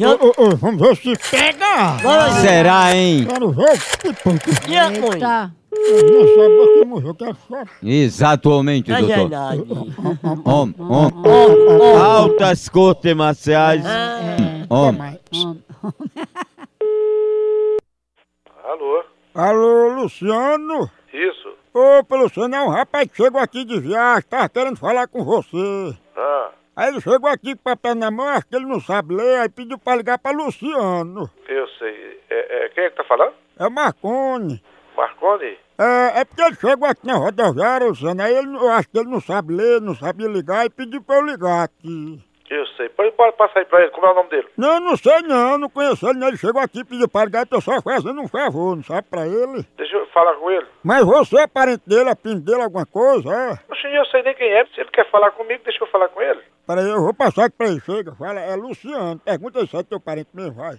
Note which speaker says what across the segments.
Speaker 1: Ô, ô, ô, vamos ver se pega!
Speaker 2: Será, hein?
Speaker 1: Quero ver se pega!
Speaker 3: E a unha?
Speaker 4: Tá.
Speaker 1: Não sabe o que morreu, que é só
Speaker 2: Exatamente,
Speaker 3: É
Speaker 2: doutor.
Speaker 3: verdade.
Speaker 2: Om, om. Altas cortes marciais. Om.
Speaker 5: Alô?
Speaker 1: Alô, Luciano?
Speaker 5: Isso?
Speaker 1: Ô, pelo Luciano, é um rapaz que chegou aqui de viagem, tava querendo falar com você.
Speaker 5: Ah,
Speaker 1: Aí ele chegou aqui com papel na mão, acho que ele não sabe ler, aí pediu pra ligar pra Luciano.
Speaker 5: eu sei. É, é, quem é que tá falando?
Speaker 1: É Marconi.
Speaker 5: Marconi?
Speaker 1: É, é porque ele chegou aqui na rodoviária, Luciano, aí ele, não- eu acho que ele não sabe ler, não sabe ligar, e pediu pra eu ligar aqui.
Speaker 5: Eu sei. Pode, pode passar aí pra ele. Como é o nome dele?
Speaker 1: Não, não sei não, não conheço ele, não. ele chegou aqui e pediu pra ligar, tô só fazendo um favor, não sabe pra ele.
Speaker 5: Deixa eu falar com ele.
Speaker 1: Mas você é parente dele, é primo dele, alguma coisa, é?
Speaker 5: Oxe, eu sei nem quem é. Se ele quer falar comigo, deixa eu falar com ele.
Speaker 1: Peraí, eu vou passar aqui pra ele. Chega, fala, é Luciano. Pergunta se é teu parente mesmo, vai.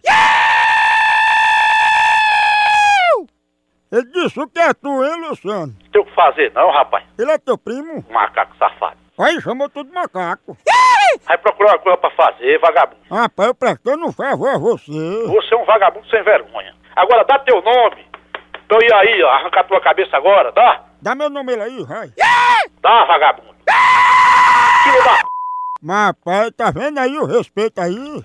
Speaker 1: Ele disse o que é tu, hein, Luciano?
Speaker 5: Tem o que fazer não, rapaz.
Speaker 1: Ele é teu primo?
Speaker 5: Macaco safado.
Speaker 1: Aí chamou tu de macaco.
Speaker 5: Vai procurar uma coisa pra fazer, vagabundo.
Speaker 1: Rapaz, eu prestando um favor a você.
Speaker 5: Você é um vagabundo sem vergonha. Agora dá teu nome. Pra eu ir aí, ó, arrancar tua cabeça agora, dá?
Speaker 1: Dá meu nome ele aí, vai.
Speaker 5: Dá, vagabundo. Filho da p...
Speaker 1: Mas, rapaz, tá vendo aí o respeito aí?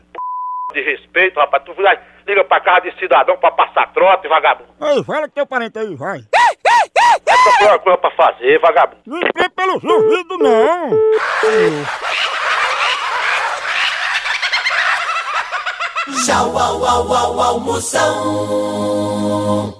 Speaker 5: de respeito, rapaz. Tu vai- liga pra casa de cidadão pra passar trote, vagabundo.
Speaker 1: Aí, fala que teu parente aí, vai.
Speaker 5: Vai procurar uma é coisa pra fazer, vagabundo.
Speaker 1: Não emprega pelo ouvidos, não.
Speaker 6: Tchau, au, au, au, almoção.